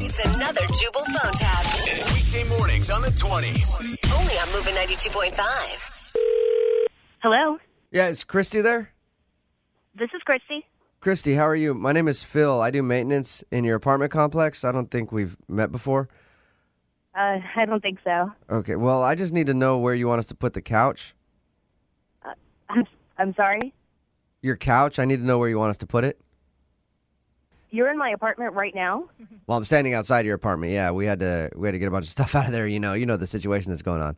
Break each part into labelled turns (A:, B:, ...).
A: It's another Jubal phone tab.
B: Weekday mornings on the 20s.
A: Only on Moving 92.5.
C: Hello,
D: Yeah, is Christy there?
C: this is Christy.
D: Christy, how are you? My name is Phil. I do maintenance in your apartment complex. I don't think we've met before.
C: Uh, I don't think so.
D: Okay, well, I just need to know where you want us to put the couch.
C: I'm, I'm sorry.
D: Your couch, I need to know where you want us to put it.
C: You're in my apartment right now.
D: Well, I'm standing outside your apartment. Yeah, we had to we had to get a bunch of stuff out of there, you know. You know the situation that's going on.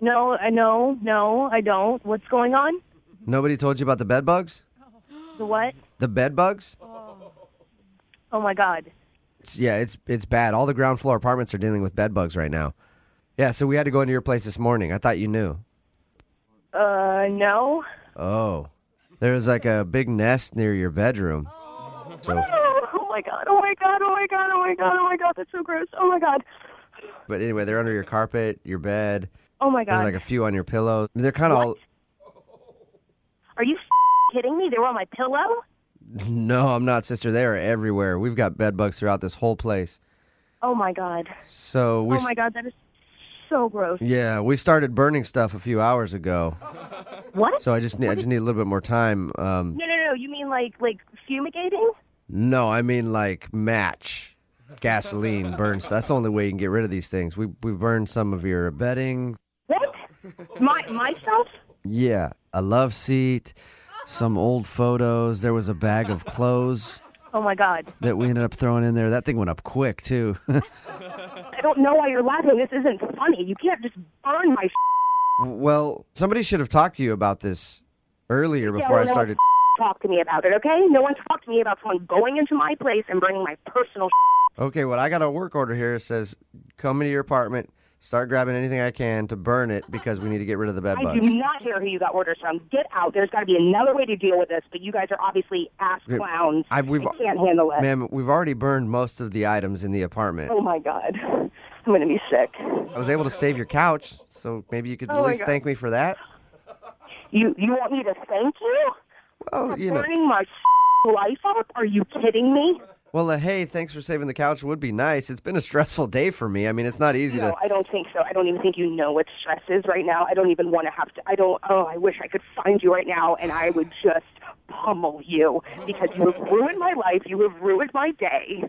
C: No, I no, no, I don't. What's going on?
D: Nobody told you about the bed bugs?
C: The what?
D: The bed bugs?
C: Oh my God.
D: It's, yeah, it's it's bad. All the ground floor apartments are dealing with bed bugs right now. Yeah, so we had to go into your place this morning. I thought you knew.
C: Uh, no.
D: Oh. There's like a big nest near your bedroom. So
C: Oh, oh my God. Oh my God. Oh my God. Oh my God. Oh my God. That's so gross. Oh my God.
D: But anyway, they're under your carpet, your bed.
C: Oh my
D: There's
C: God.
D: like a few on your pillow. They're kind of all.
C: Are you kidding me? They were on my pillow.
D: No, I'm not, sister. They are everywhere. We've got bed bugs throughout this whole place.
C: Oh my God.
D: So we.
C: Oh my God. That is so gross.
D: Yeah, we started burning stuff a few hours ago.
C: What?
D: So I just need, I just need a little bit more time. Um,
C: no, no, no. You mean like like fumigating?
D: no, I mean like match, gasoline, burn. stuff. That's the only way you can get rid of these things. We we burned some of your bedding.
C: What? My myself?
D: Yeah, a love seat, some old photos. There was a bag of clothes.
C: Oh my God.
D: that we ended up throwing in there. That thing went up quick too.
C: I don't know why you're laughing. This isn't funny. You can't just burn my
D: well, somebody should have talked to you about this earlier before
C: Yeah,
D: I
C: no,
D: started.
C: Talk to me about it, okay? No one talked to me about someone going into my place and bringing my personal.
D: Okay, well, I got a work order here. It says come into your apartment, start grabbing anything I can to burn it because we need to get rid of the bed
C: I do
D: bugs.
C: not care who you got orders from. Get out. There's got to be another way to deal with this, but you guys are obviously ass
D: Yeah,
C: clowns.
D: I- we've-
C: I can't handle it.
D: Ma'am, we've already burned most of the items in the apartment.
C: Oh my god, I'm gonna be sick.
D: I was able to save your couch, so maybe you could
C: Oh
D: at
C: my
D: least
C: God.
D: thank me for that.
C: You you want me to thank you
D: Well,
C: for
D: you know,
C: burning my life up? Are you kidding me?
D: well, uh, hey, thanks for saving the couch would be nice. It's been a stressful day for me. I mean, it's not easy
C: No,
D: to.
C: I don't think so. I don't even think you know what stress is right now. I don't even want to have to. I don't. Oh, I wish I could find you right now, and I would just pummel you because you have ruined my life. You have ruined my day.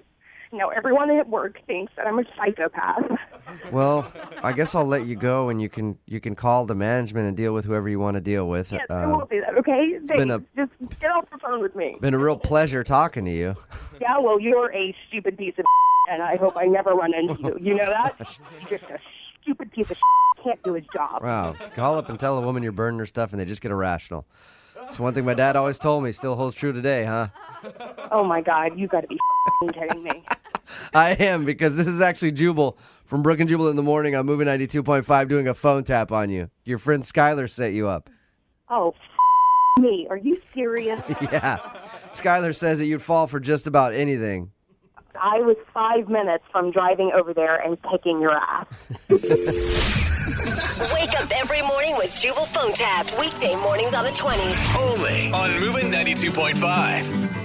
C: Now everyone at work thinks that I'm a psychopath.
D: Well, I guess I'll let you go, and you can you can call the management and deal with whoever you want to deal with.
C: Yes, I
D: Uh,
C: will do that. Okay,
D: been
C: Thanks. just get off the phone with me.
D: Been a real pleasure talking to you.
C: Yeah, well, you're a stupid piece of, and I hope I never run into you. You know that? You're just a stupid piece of can't do his job.
D: Wow. Call up and tell a woman you're burning her stuff and they just get irrational. It's one thing my dad always told me, still holds true today, huh?
C: Oh my God, you got to be kidding me.
D: I am because this is actually Jubal from Brook and Jubal in the morning on Moving 92.5 doing a phone tap on you. Your friend Skylar set you up.
C: Oh, f- me. Are you serious?
D: Yeah. Skylar says that you'd fall for just about anything.
C: I was five minutes from driving over there and kicking your ass.
A: Wake up every morning with Jubal phone tabs. Weekday mornings on the 20s.
B: Only on Moving 92.5.